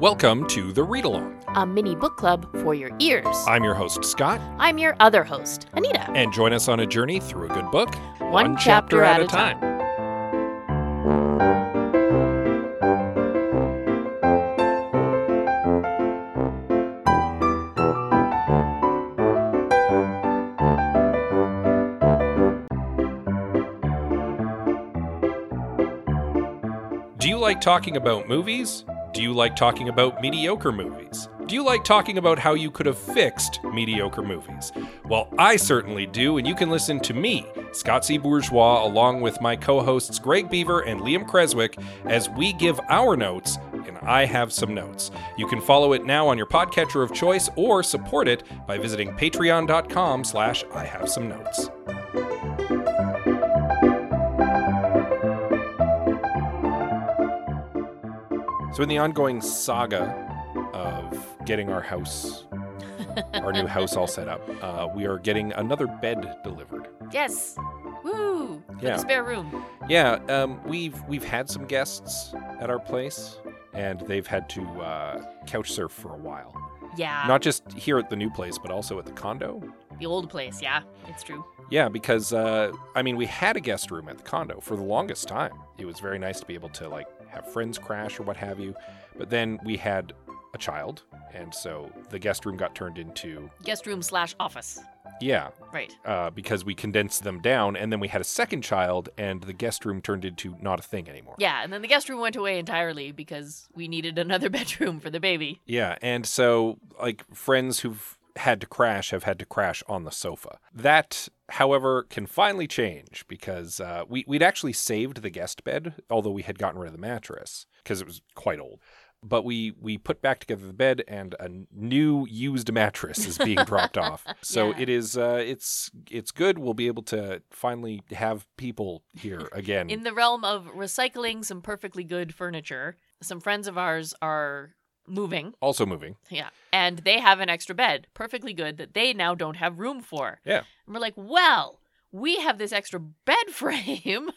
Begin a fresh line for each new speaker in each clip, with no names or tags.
Welcome to the Read Along.
a mini book club for your ears.
I'm your host, Scott,
I'm your other host, Anita.
and join us on a journey through a good book, one,
chapter at a time.
Do you like talking about movies? Do you like talking about mediocre movies? Do you like talking about how you could have fixed mediocre movies? Well, I certainly do, and you can listen to me, Scott C. Bourgeois, along with my co hosts Greg Beaver and Liam Creswick, as we give our notes, and I have some notes. You can follow it now on your podcatcher of choice or support it by visiting patreon.com slash I have some notes. So, in the ongoing saga of getting our house, our new house all set up, uh, we are getting another bed delivered.
Yes. Woo! For the
Yeah.
spare room.
Yeah, um, we've we've had some guests at our place, and they've had to uh, couch surf for a while.
Yeah.
Not just here at the new place, but also at the condo.
the old place. Yeah, it's true.
Yeah, because uh, I mean, we had a guest room at the condo for the longest time. It was very nice to be able to like have friends crash or what have you. But then we had a child, and so the guest room got turned into
Guest room slash office.
yeah,
Right.
uh, because we condensed them down, and then we had a second child, and the guest room turned into not a thing anymore.
Yeah, and then the guest room went away entirely because we needed another bedroom for the baby.
Yeah, and so like friends who've had to crash have had to crash on the sofa. That, however, can finally change because uh, we we'd actually saved the guest bed, although we had gotten rid of the mattress because it was quite old. But we we put back together the bed, and a new used mattress is being dropped off. So
Yeah.
it is uh, it's it's good. We'll be able to finally have people here again.
In the realm of recycling some perfectly good furniture, some friends of ours are moving.
also moving.
Yeah. And they have an extra bed, perfectly good, that they now don't have room for.
Yeah.
And we're like, well, we have this extra bed frame,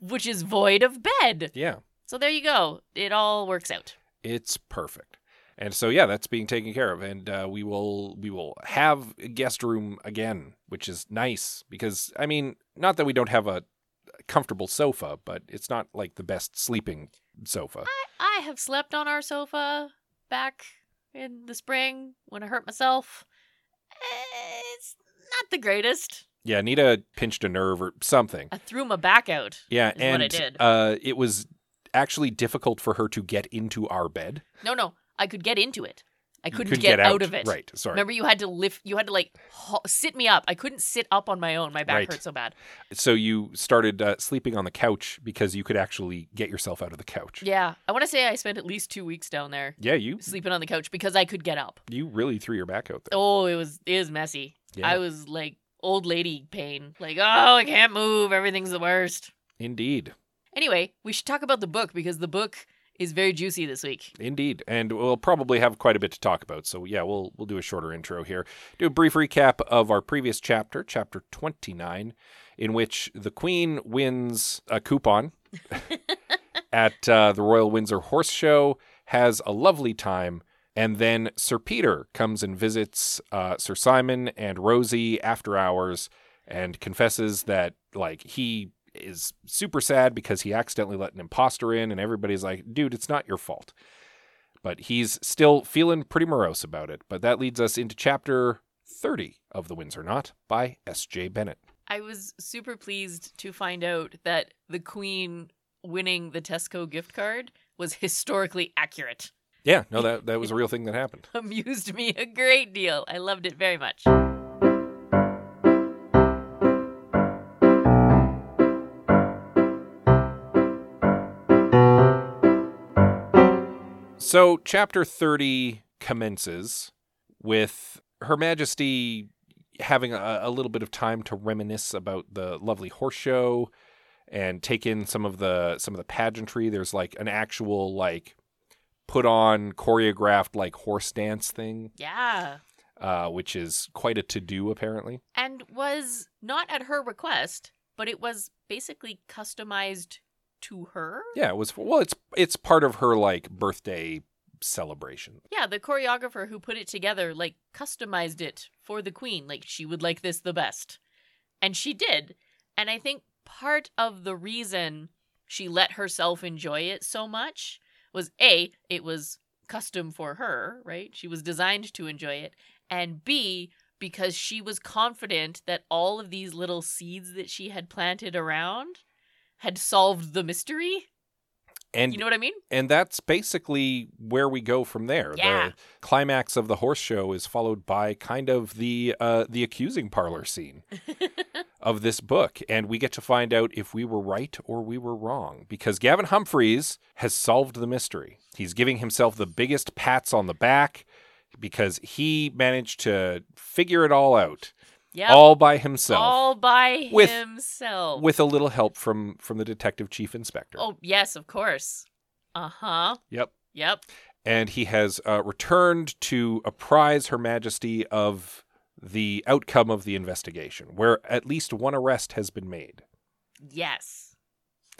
which is void of bed.
Yeah.
So there you go. It all works out.
It's perfect. And so yeah, that's being taken care of, and uh, we will we will have a guest room again, which is nice because I mean, not that we don't have a comfortable sofa, but it's not like the best sleeping sofa.
I, I have slept on our sofa back in the spring when I hurt myself. Eh, It's not the greatest.
Yeah, Nita pinched a nerve or something.
I threw my back out.
Yeah,
Is what
and
I did.
Uh, it was actually difficult for her to get into our bed.
No, no, I could get into it. I
You
couldn't
couldn't
get, out. of it.
Right. Sorry.
Remember, you had to lift. You had to like ho- sit me up. I couldn't sit up on my own. My back
Right.
hurt so bad.
So you started uh, sleeping on the couch because you could actually get yourself out of the couch.
Yeah, I want to say I spent at least two weeks down there
Yeah, you
sleeping on the couch because I could get up.
you really threw your back out there.
Oh, it was it was messy.
Yeah.
I was like old lady pain. Like, oh, I can't move. Everything's the worst.
Indeed.
Anyway, we should talk about the book because the book is very juicy this week.
Indeed. And we'll probably have quite a bit to talk about. So yeah, we'll we'll do a shorter intro here. Do a brief recap of our previous chapter, chapter 29, in which the queen wins a coupon at uh, the Royal Windsor Horse Show, has a lovely time, and then Sir Peter comes and visits uh, Sir Simon and Rosie after hours and confesses that like he is super sad because he accidentally let an imposter in and everybody's like, "Dude, it's not your fault." But he's still feeling pretty morose about it. But that leads us into chapter 30 of The Winds Are Not by S.J. Bennett.
I was super pleased to find out that the Queen winning the Tesco gift card was historically accurate.
Yeah, no, that, that was a real thing that happened.
amused me a great deal. I loved it very much.
So, chapter 30 commences with Her Majesty having a, a little bit of time to reminisce about the lovely horse show and take in some of the some of the pageantry there's like an actual like put on choreographed like horse dance thing
Yeah.
uh, which is quite a to-do apparently
And was not at her request, but it was basically customized to her.
yeah it was well it's it's part of her like birthday celebration.
Yeah, the choreographer who put it together like customized it for the queen. Like she would like this the best. And she did. And I think part of the reason she let herself enjoy it so much was A, it was custom for her, right? She was designed to enjoy it. And B, because she was confident that all of these little seeds that she had planted around had solved the mystery.
And
You know what I mean?
and that's basically where we go from there.
Yeah.
The climax of the horse show is followed by kind of the uh, the accusing parlor scene of this book, and we get to find out if we were right or we were wrong because Gavin Humphreys has solved the mystery. He's giving himself the biggest pats on the back because he managed to figure it all out
Yeah.
all by himself
all by
With-
himself.
with a little help from from the detective chief inspector.
Oh, yes, of course. Uh huh.
Yep.
Yep.
and he has uh, returned to apprise Her Majesty of the outcome of the investigation, where at least one arrest has been made,
Yes.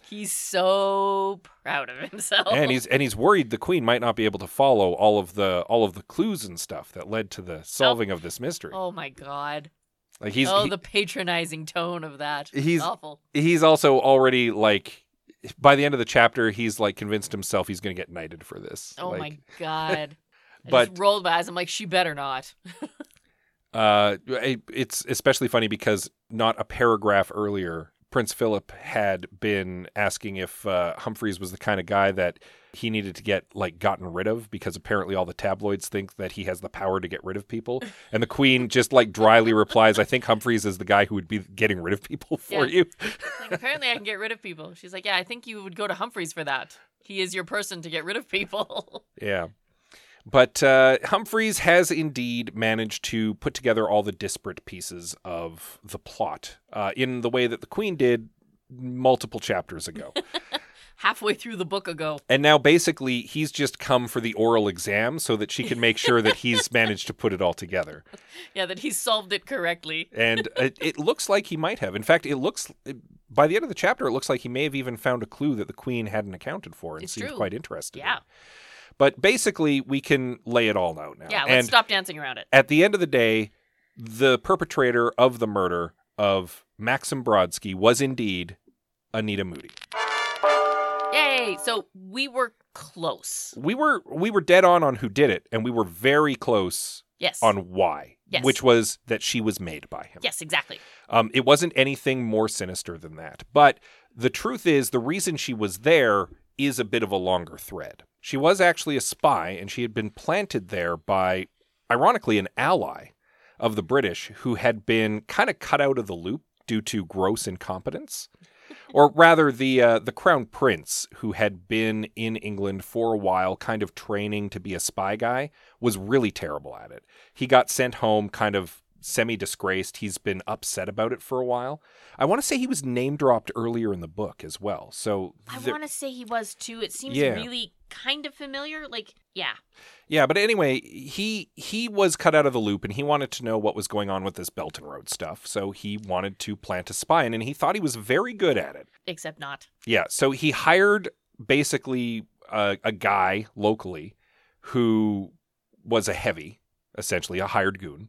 He's so proud of himself.
and he's and he's worried the Queen might not be able to follow all of the all of the clues and stuff that led to the solving of this mystery.
Oh my god.
Like he's
oh,
he-
the patronizing tone of that.
He's-
awful.
he's also already like by the end of the chapter, he's like convinced himself he's going to get knighted for this.
Oh
like,
my god. I
But-
just rolled my eyes. I'm like, she better not.
Uh, it- it's especially funny because not a paragraph earlier, Prince Philip had been asking if uh, Humphreys was the kind of guy that he needed to get like gotten rid of because apparently all the tabloids think that he has the power to get rid of people, and the Queen just like dryly replies, "I think Humphreys is the guy who would be getting rid of people for
Yeah.
you."
Like, apparently, I can get rid of people. She's like, yeah, I think you would go to Humphreys for that. He is your person to get rid of people.
Yeah. But uh, Humphreys has indeed managed to put together all the disparate pieces of the plot uh, in the way that the Queen did multiple chapters ago.
Halfway through the book ago.
and now basically he's just come for the oral exam so that she can make sure that he's managed to put it all together.
Yeah, that he solved it correctly.
And it, it looks like he might have. In fact, it looks. by the end of the chapter, it looks like he may have even found a clue that the queen hadn't accounted for and
It's
seemed
true.
quite interested. in.
Yeah.
But basically, we can lay it all out now.
Yeah, let's
and
stop dancing around it.
at the end of the day, the perpetrator of the murder of Maxim Brodsky was indeed Anita Moody.
Yay! So we were close.
We were we were dead on on who did it, and we were very close
Yes.
on why,
Yes.
which was that she was made by him.
Yes, exactly.
Um, it wasn't anything more sinister than that. But the truth is, the reason she was there is a bit of a longer thread. She was actually a spy, and she had been planted there by, ironically, an ally of the British who had been kind of cut out of the loop due to gross incompetence. or rather, the uh, the crown prince who had been in England for a while, kind of training to be a spy guy, was really terrible at it. He got sent home kind of semi disgraced. He's been upset about it for a while. I want to say he was name dropped earlier in the book as well. So,
I
there-
want to say he was too. It seems
Yeah.
really kind of familiar. Like, yeah.
yeah, but anyway, he he was cut out of the loop and he wanted to know what was going on with this Belt and Road stuff. So he wanted to plant a spine and he thought he was very good at it.
Except not.
Yeah, so he hired basically a, a guy locally who was a heavy, essentially a hired goon,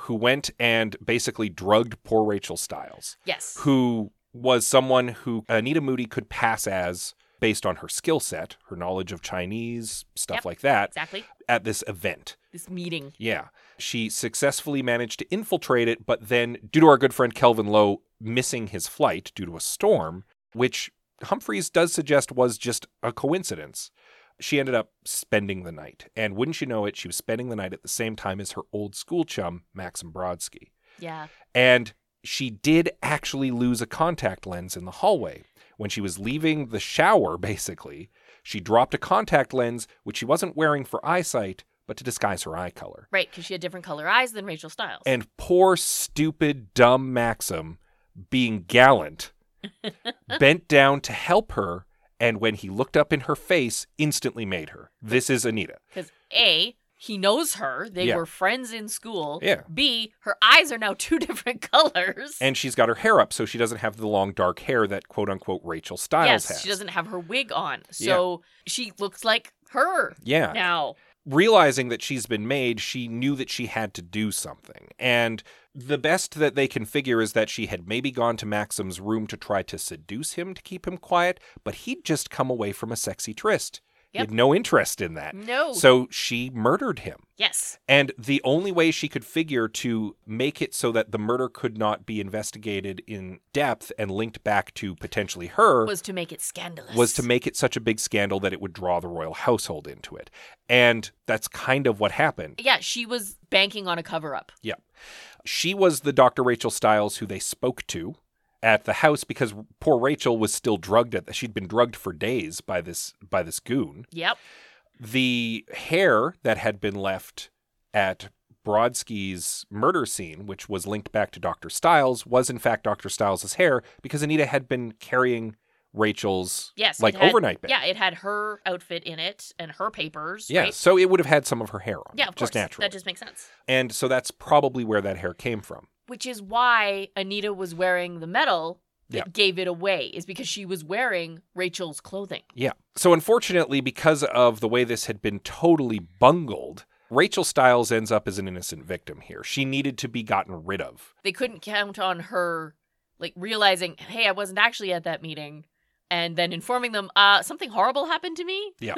who went and basically drugged poor Rachel Stiles,
Yes.
who was someone who Anita Moody could pass as based on her skill set, her knowledge of Chinese, stuff
Yep.
like that,
Exactly.
at this event.
This meeting.
Yeah. She successfully managed to infiltrate it, but then, due to our good friend Kelvin Lowe missing his flight due to a storm, which Humphreys does suggest was just a coincidence, she ended up spending the night. And wouldn't you know it, she was spending the night at the same time as her old school chum, Maxim Brodsky.
Yeah.
And she did actually lose a contact lens in the hallway. When she was leaving the shower, basically, she dropped a contact lens, which she wasn't wearing for eyesight, but to disguise her eye color.
Right, because she had different color eyes than Rachel Stiles.
And poor, stupid, dumb Maxim, being gallant, bent down to help her. And when he looked up in her face, instantly made her. This is Anita.
Because A, he knows her. They
Yeah.
were friends in school.
Yeah.
B, her eyes are now two different colors.
And she's got her hair up, so she doesn't have the long dark hair that quote unquote Rachel Styles
yes,
has.
she doesn't have her wig on. So she looks like her
Yeah.
now.
realizing that she's been made, she knew that she had to do something. And the best that they can figure is that she had maybe gone to Maxim's room to try to seduce him to keep him quiet, but he'd just come away from a sexy tryst. He
Yep.
had no interest in that.
No.
So she murdered him.
yes.
And the only way she could figure to make it so that the murder could not be investigated in depth and linked back to potentially her
Was to make it scandalous.
was to make it such a big scandal that it would draw the royal household into it. And that's kind of what happened.
Yeah, she was banking on a cover up.
Yeah. She was the Dr. Rachel Stiles who they spoke to at the house because poor Rachel was still drugged at she'd been drugged for days by this by this goon.
Yep.
The hair that had been left at Brodsky's murder scene, which was linked back to Dr. Stiles, was in fact Dr. Stiles' hair because Anita had been carrying Rachel's
Yes.
like
it had-
overnight bag.
Yeah, it had her outfit in it and her papers.
Yeah,
right?
so it would have had some of her hair on.
Yeah,
it,
of
just
course.
naturally.
That just makes sense.
And so that's probably where that hair came from.
Which is why Anita was wearing the medal that
Yeah.
gave it away, is because she was wearing Rachel's clothing.
Yeah. So unfortunately, because of the way this had been totally bungled, Rachel Stiles ends up as an innocent victim here. She needed to be gotten rid of.
They couldn't count on her like realizing, hey, I wasn't actually at that meeting and then informing them, uh, something horrible happened to me.
Yeah.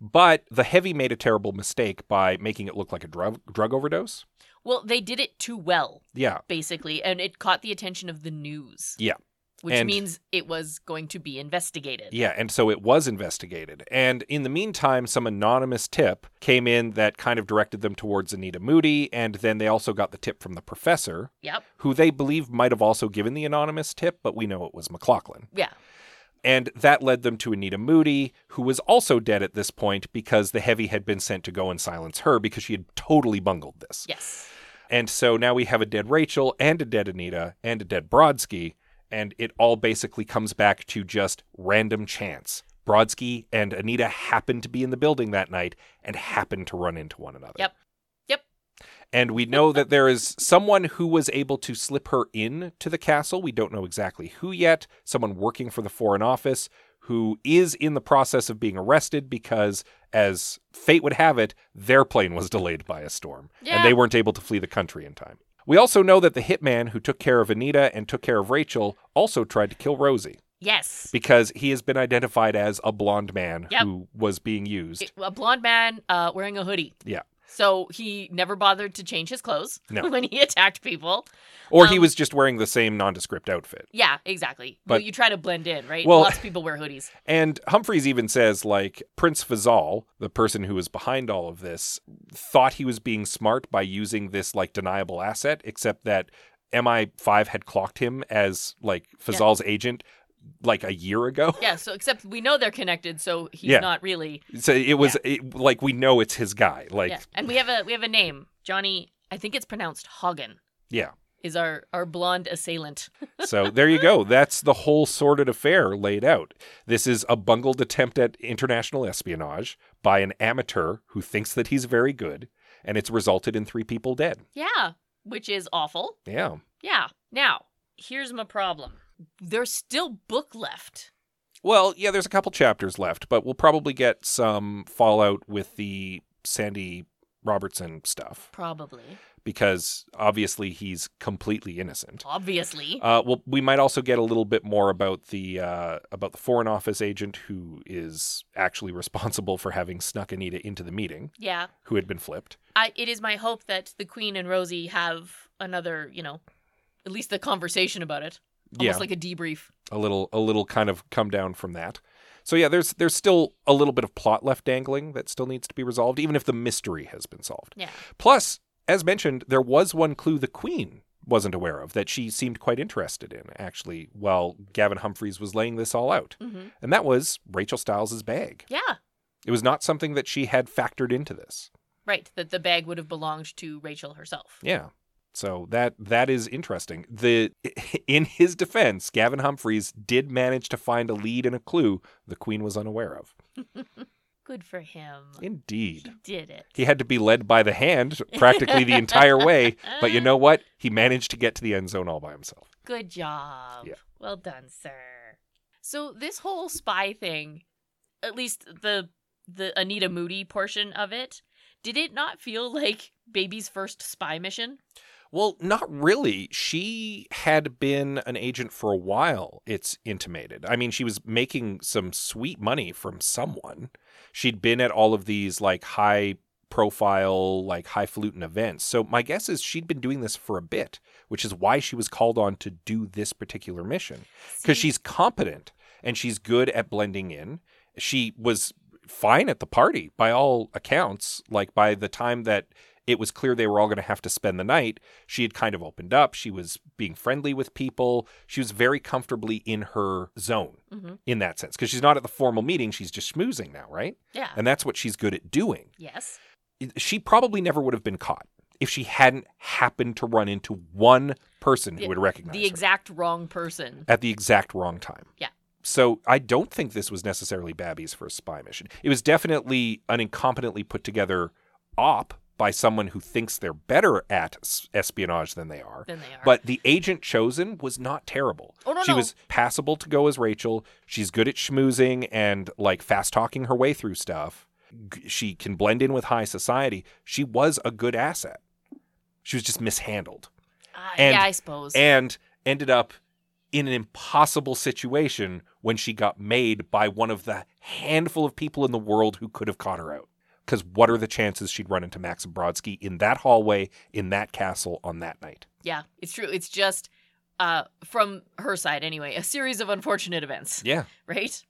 but the heavy made a terrible mistake by making it look like a drug drug overdose.
Well, they did it too well,
Yeah.
basically, and it caught the attention of the news.
Yeah.
Which
And-
means it was going to be investigated.
Yeah, and so it was investigated. And in the meantime, some anonymous tip came in that kind of directed them towards Anita Moody, and then they also got the tip from the professor,
Yep.
who they believe might have also given the anonymous tip, but we know it was McLaughlin.
Yeah.
And that led them to Anita Moody, who was also dead at this point because the heavy had been sent to go and silence her because she had totally bungled this.
Yes.
And so now we have a dead Rachel and a dead Anita and a dead Brodsky, and it all basically comes back to just random chance. Brodsky and Anita happened to be in the building that night and happened to run into one another.
Yep. Yep.
And we know that there is someone who was able to slip her in to the castle. We don't know exactly who yet. Someone working for the Foreign Office who is in the process of being arrested because, as fate would have it, their plane was delayed by a storm
Yeah.
and they weren't able to flee the country in time. We also know that the hitman who took care of Anita and took care of Rachel also tried to kill Rosie
Yes.
because he has been identified as a blonde man
Yep.
who was being used.
It- a blonde man uh, wearing a hoodie.
Yeah.
So he never bothered to change his clothes
No.
when he attacked people.
or he
um,
was just wearing the same nondescript outfit.
Yeah, exactly.
But-
But you try to blend in, right?
Well-
Lots of people wear hoodies.
And Humphreys even says, like, Prince Fazal, the person who was behind all of this, thought he was being smart by using this, like, deniable asset, except that MI5 had clocked him as, like, Fazal's agent, like, a year ago.
Yeah. So except we know they're connected, so he's
Yeah.
not really.
So it was, it, like, we know it's his guy. Like,
yeah. And we have a we have a name, Johnny. I think it's pronounced Hagen.
Yeah.
Is our our blonde assailant?
so there you go. That's the whole sordid affair laid out. This is a bungled attempt at international espionage by an amateur who thinks that he's very good, and it's resulted in three people dead.
Yeah. Which is awful.
Yeah.
Yeah. Now here's my problem. There's still book left.
Well, yeah, there's a couple chapters left, but we'll probably get some fallout with the Sandy Robertson stuff
Probably.
because obviously he's completely innocent.
Obviously.
Uh, well, we might also get a little bit more about the uh, about the Foreign Office agent who is actually responsible for having snuck Anita into the meeting,
yeah.
who had been flipped.
I, it is my hope that the Queen and Rosie have another, you know, at least the conversation about it, almost
yeah,
like a debrief.
a little a little kind of come down from that. So yeah, there's there's still a little bit of plot left dangling that still needs to be resolved, even if the mystery has been solved.
Yeah,
Plus, as mentioned, there was one clue the Queen wasn't aware of that she seemed quite interested in, actually, while Gavin Humphreys was laying this all out.
hmm
And that was Rachel Stiles' bag.
yeah,
It was not something that she had factored into this.
right. That the bag would have belonged to Rachel herself.
Yeah. So that that is interesting. The in his defense, Gavin Humphreys did manage to find a lead and a clue the Queen was unaware of.
Good for him. He
Indeed.
did it.
He had to be led by the hand practically the entire way, but you know what? He managed to get to the end zone all by himself.
Ah, Good job.
Yeah.
Well done, sir. So this whole spy thing, at least the the Anita Moody portion of it, did it not feel like baby's first spy mission?
Well, not really. She had been an agent for a while, it's intimated. I mean, she was making some sweet money from someone. She'd been at all of these like high profile, like highfalutin events. So my guess is she'd been doing this for a bit, which is why she was called on to do this particular mission. because
See,
she's competent and she's good at blending in. She was fine at the party by all accounts. Like by the time that it was clear they were all going to have to spend the night, she had kind of opened up. She was being friendly with people. She was very comfortably in her zone
Mhm.
in that sense because she's not at the formal meeting. She's just schmoozing now, right?
yeah.
And that's what she's good at doing.
yes.
She probably never would have been caught if she hadn't happened to run into one person
The-
who would recognize
The
her
exact wrong person.
at the exact wrong time.
Yeah.
So I don't think this was necessarily Babby's first spy mission. It was definitely an incompetently put together op by someone who thinks they're better at s- espionage than they are.
Than they are.
But the agent chosen was not terrible.
Oh, no,
she
no.
was passable to go as Rachel. She's good at schmoozing and like fast talking her way through stuff. G- She can blend in with high society. She was a good asset. She was just mishandled
Ah,
and-
yeah, I suppose.
and ended up in an impossible situation when she got made by one of the handful of people in the world who could have caught her out. Because what are the chances she'd run into Maxim Brodsky in that hallway, in that castle on that night?
yeah, it's true. It's just uh from her side anyway, a series of unfortunate events.
Yeah.
right?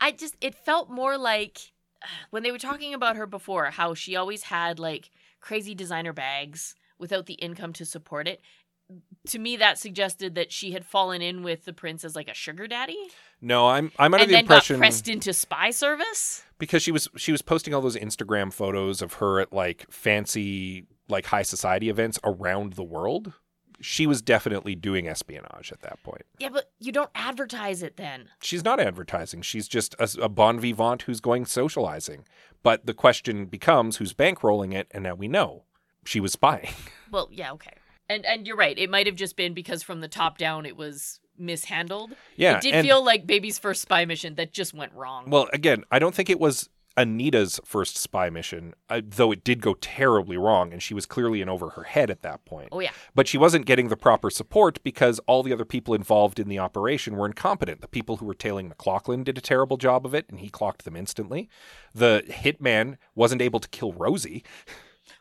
I just it felt more like when they were talking about her before how she always had like crazy designer bags without the income to support it. To me that suggested that she had fallen in with the prince as like a sugar daddy
No, I'm I'm under
and
the
then got
impression
pressed into spy service.
because she was she was posting all those Instagram photos of her at like fancy like high society events around the world. She was definitely doing espionage at that point.
Yeah, but you don't advertise it then.
she's not advertising. She's just a, a bon vivant who's going socializing. But the question becomes who's bankrolling it, and now we know she was spying.
Well, yeah, okay. And and you're right. It might have just been because from the top down it was mishandled.
yeah,
it did
and,
feel like baby's first spy mission that just went wrong.
well. Again, I don't think it was Anita's first spy mission, uh, though it did go terribly wrong, and she was clearly in over her head at that point.
oh yeah.
But she wasn't getting the proper support because all the other people involved in the operation were incompetent. The people who were tailing McLaughlin did a terrible job of it, and he clocked them instantly. The hitman wasn't able to kill Rosie.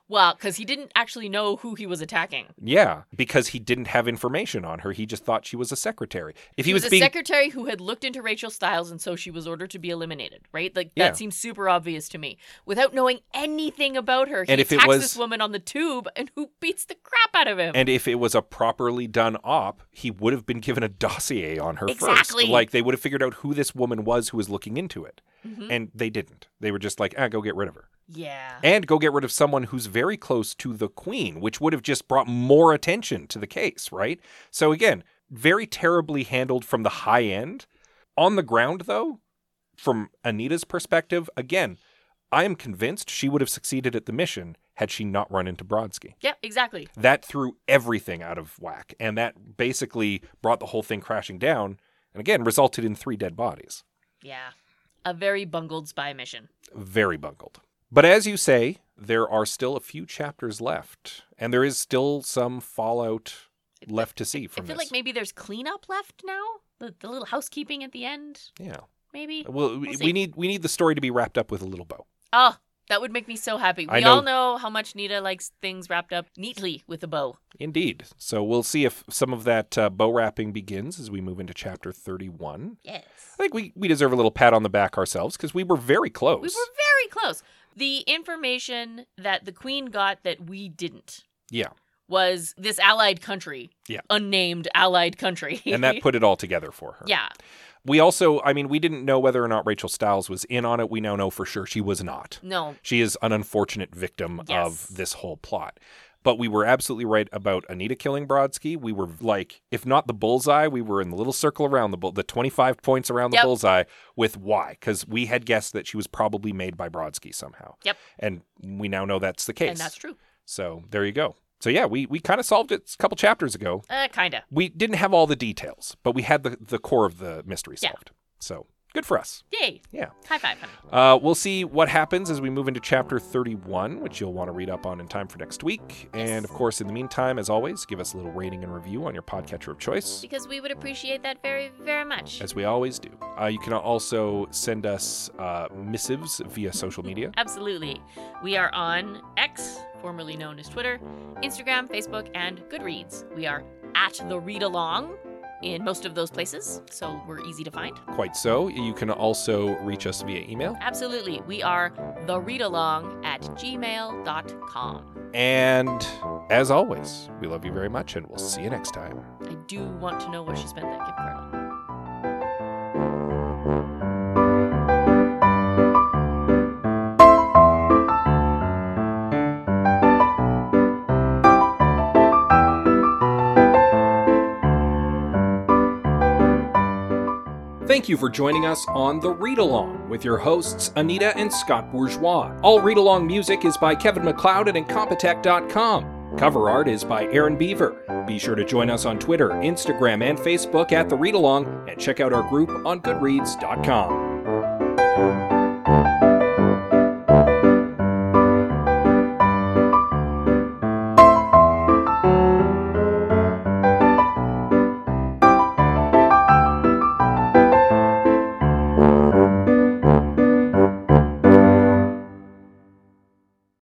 Well, because he didn't actually know who he was attacking.
Yeah, because he didn't have information on her. He just thought she was a secretary. If he,
He was,
was,
a
being
secretary who had looked into Rachel Stiles, and so she was ordered to be eliminated. Right? Like
Yeah.
that seems super obvious to me. Without knowing anything about her, he
And if it
attacks
was-
this woman on the tube, and who beats the crap out of him?
and if it was a properly done op, he would have been given a dossier on her
Exactly.
first. Like they would have figured out who this woman was who was looking into it.
Mhm.
And they didn't. They were just like, "Ah, go get rid of her."
yeah.
And go get rid of someone who's very close to the queen, which would have just brought more attention to the case, right? So again, very terribly handled from the high end. On the ground, though, from Anita's perspective, again, I am convinced she would have succeeded at the mission had she not run into Brodsky.
yeah. Exactly.
That threw everything out of whack, and that basically brought the whole thing crashing down, and again, resulted in three dead bodies
Yeah. A very bungled spy mission.
very bungled. But as you say, there are still a few chapters left, and there is still some fallout left to see from
I feel
this.
like maybe there's cleanup left now. The, the little housekeeping at the end,
yeah.
maybe.
Well, we-
see.
we need we need the story to be wrapped up with a little bow.
Oh, that would make me so happy.
I
We all know how much Nita likes things wrapped up neatly with a bow.
Indeed. So we'll see if some of that uh, bow wrapping begins as we move into chapter 31.
Yes.
I think we, we deserve a little pat on the back ourselves because we were very close.
We were very close. The information that the queen got that we didn't
Yeah.
was this allied country,
Yeah.
unnamed allied country,
And that put it all together for her.
yeah,
We also, I mean, we didn't know whether or not Rachel Stiles was in on it. We now know for sure she was not.
no,
She is an unfortunate victim
Yes.
of this whole plot. But we were absolutely right about Anita killing Brodsky. We were like, if not the bullseye, we were in the little circle around the bull, the 25 points around the
Yep.
bullseye with why. Because we had guessed that she was probably made by Brodsky somehow.
Yep.
And we now know that's the case.
And that's true.
so there you go. So yeah, we, we kind of solved it a couple chapters ago.
Uh, kinda.
We didn't have all the details, but we had the, the core of the mystery
Yeah.
solved. So good for us.
Yay.
Yeah.
High five, honey.
Uh, we'll see what happens as we move into chapter 31, which you'll want to read up on in time for next week. And of course, in the meantime, as always, give us a little rating and review on your podcatcher of choice,
Because we would appreciate that very, very much.
as we always do. Uh, you can also send us uh, missives via social media.
Absolutely. We are on X, formerly known as Twitter, Instagram, Facebook, and Goodreads. We are at the read along in most of those places, so we're easy to find.
Quite so. You can also reach us via email.
Absolutely. We are the read along at gmail.com.
And as always, we love you very much, and we'll see you next time.
I do want to know what she spent that gift card on.
Thank you for joining us on The Read Along with your hosts, Anita and Scott Bourgeois. All read along music is by Kevin McLeod at Incompetech.com. Cover art is by Aaron Beaver. Be sure to join us on Twitter, Instagram, and Facebook at The Read Along and check out our group on Goodreads.com.